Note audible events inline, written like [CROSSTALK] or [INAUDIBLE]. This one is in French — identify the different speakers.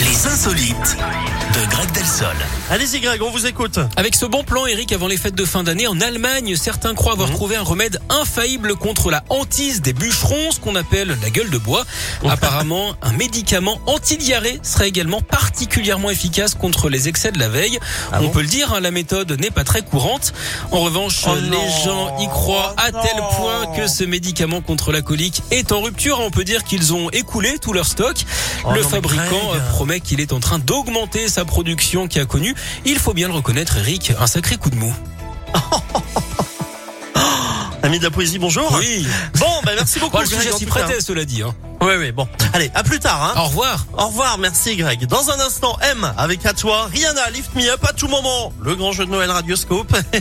Speaker 1: Les insolites de Greg Delsol.
Speaker 2: Allez-y Greg, on vous écoute.
Speaker 3: Avec ce bon plan, Eric, avant les fêtes de fin d'année, en Allemagne, certains croient
Speaker 2: Mhm.
Speaker 3: avoir trouvé un remède infaillible contre la hantise des bûcherons, ce qu'on appelle la gueule de bois. Apparemment, un médicament anti-diarrhée serait également particulièrement efficace contre les excès de la veille. On
Speaker 2: Ah bon
Speaker 3: peut le dire, hein, la méthode n'est pas très courante. En revanche,
Speaker 2: Oh
Speaker 3: les
Speaker 2: non,
Speaker 3: gens y croient à
Speaker 2: oh
Speaker 3: tel
Speaker 2: non.
Speaker 3: point que ce médicament contre la colique est en rupture. On peut dire qu'ils ont écoulé tout leur stock.
Speaker 2: Oh
Speaker 3: le
Speaker 2: non, mais
Speaker 3: fabricant
Speaker 2: Greg.
Speaker 3: euh, promet qu'il est en train d'augmenter sa production qui a connu, il faut bien le reconnaître Eric, un sacré coup de mou.
Speaker 2: Ami de la poésie, bonjour.
Speaker 3: Oui,
Speaker 2: Bon, ben merci beaucoup.
Speaker 3: Bon, le sujet
Speaker 2: Oh, Greg, en
Speaker 3: s'y
Speaker 2: tout cas.
Speaker 3: prêtait cela dit. hein.
Speaker 2: Oui, oui, bon. Allez, à plus tard. Hein.
Speaker 3: Au revoir.
Speaker 2: Au revoir, merci Greg. Dans un instant, M avec à toi, Rihanna, Lift Me Up à tout moment. Le grand jeu de Noël Radioscope. [LAUGHS]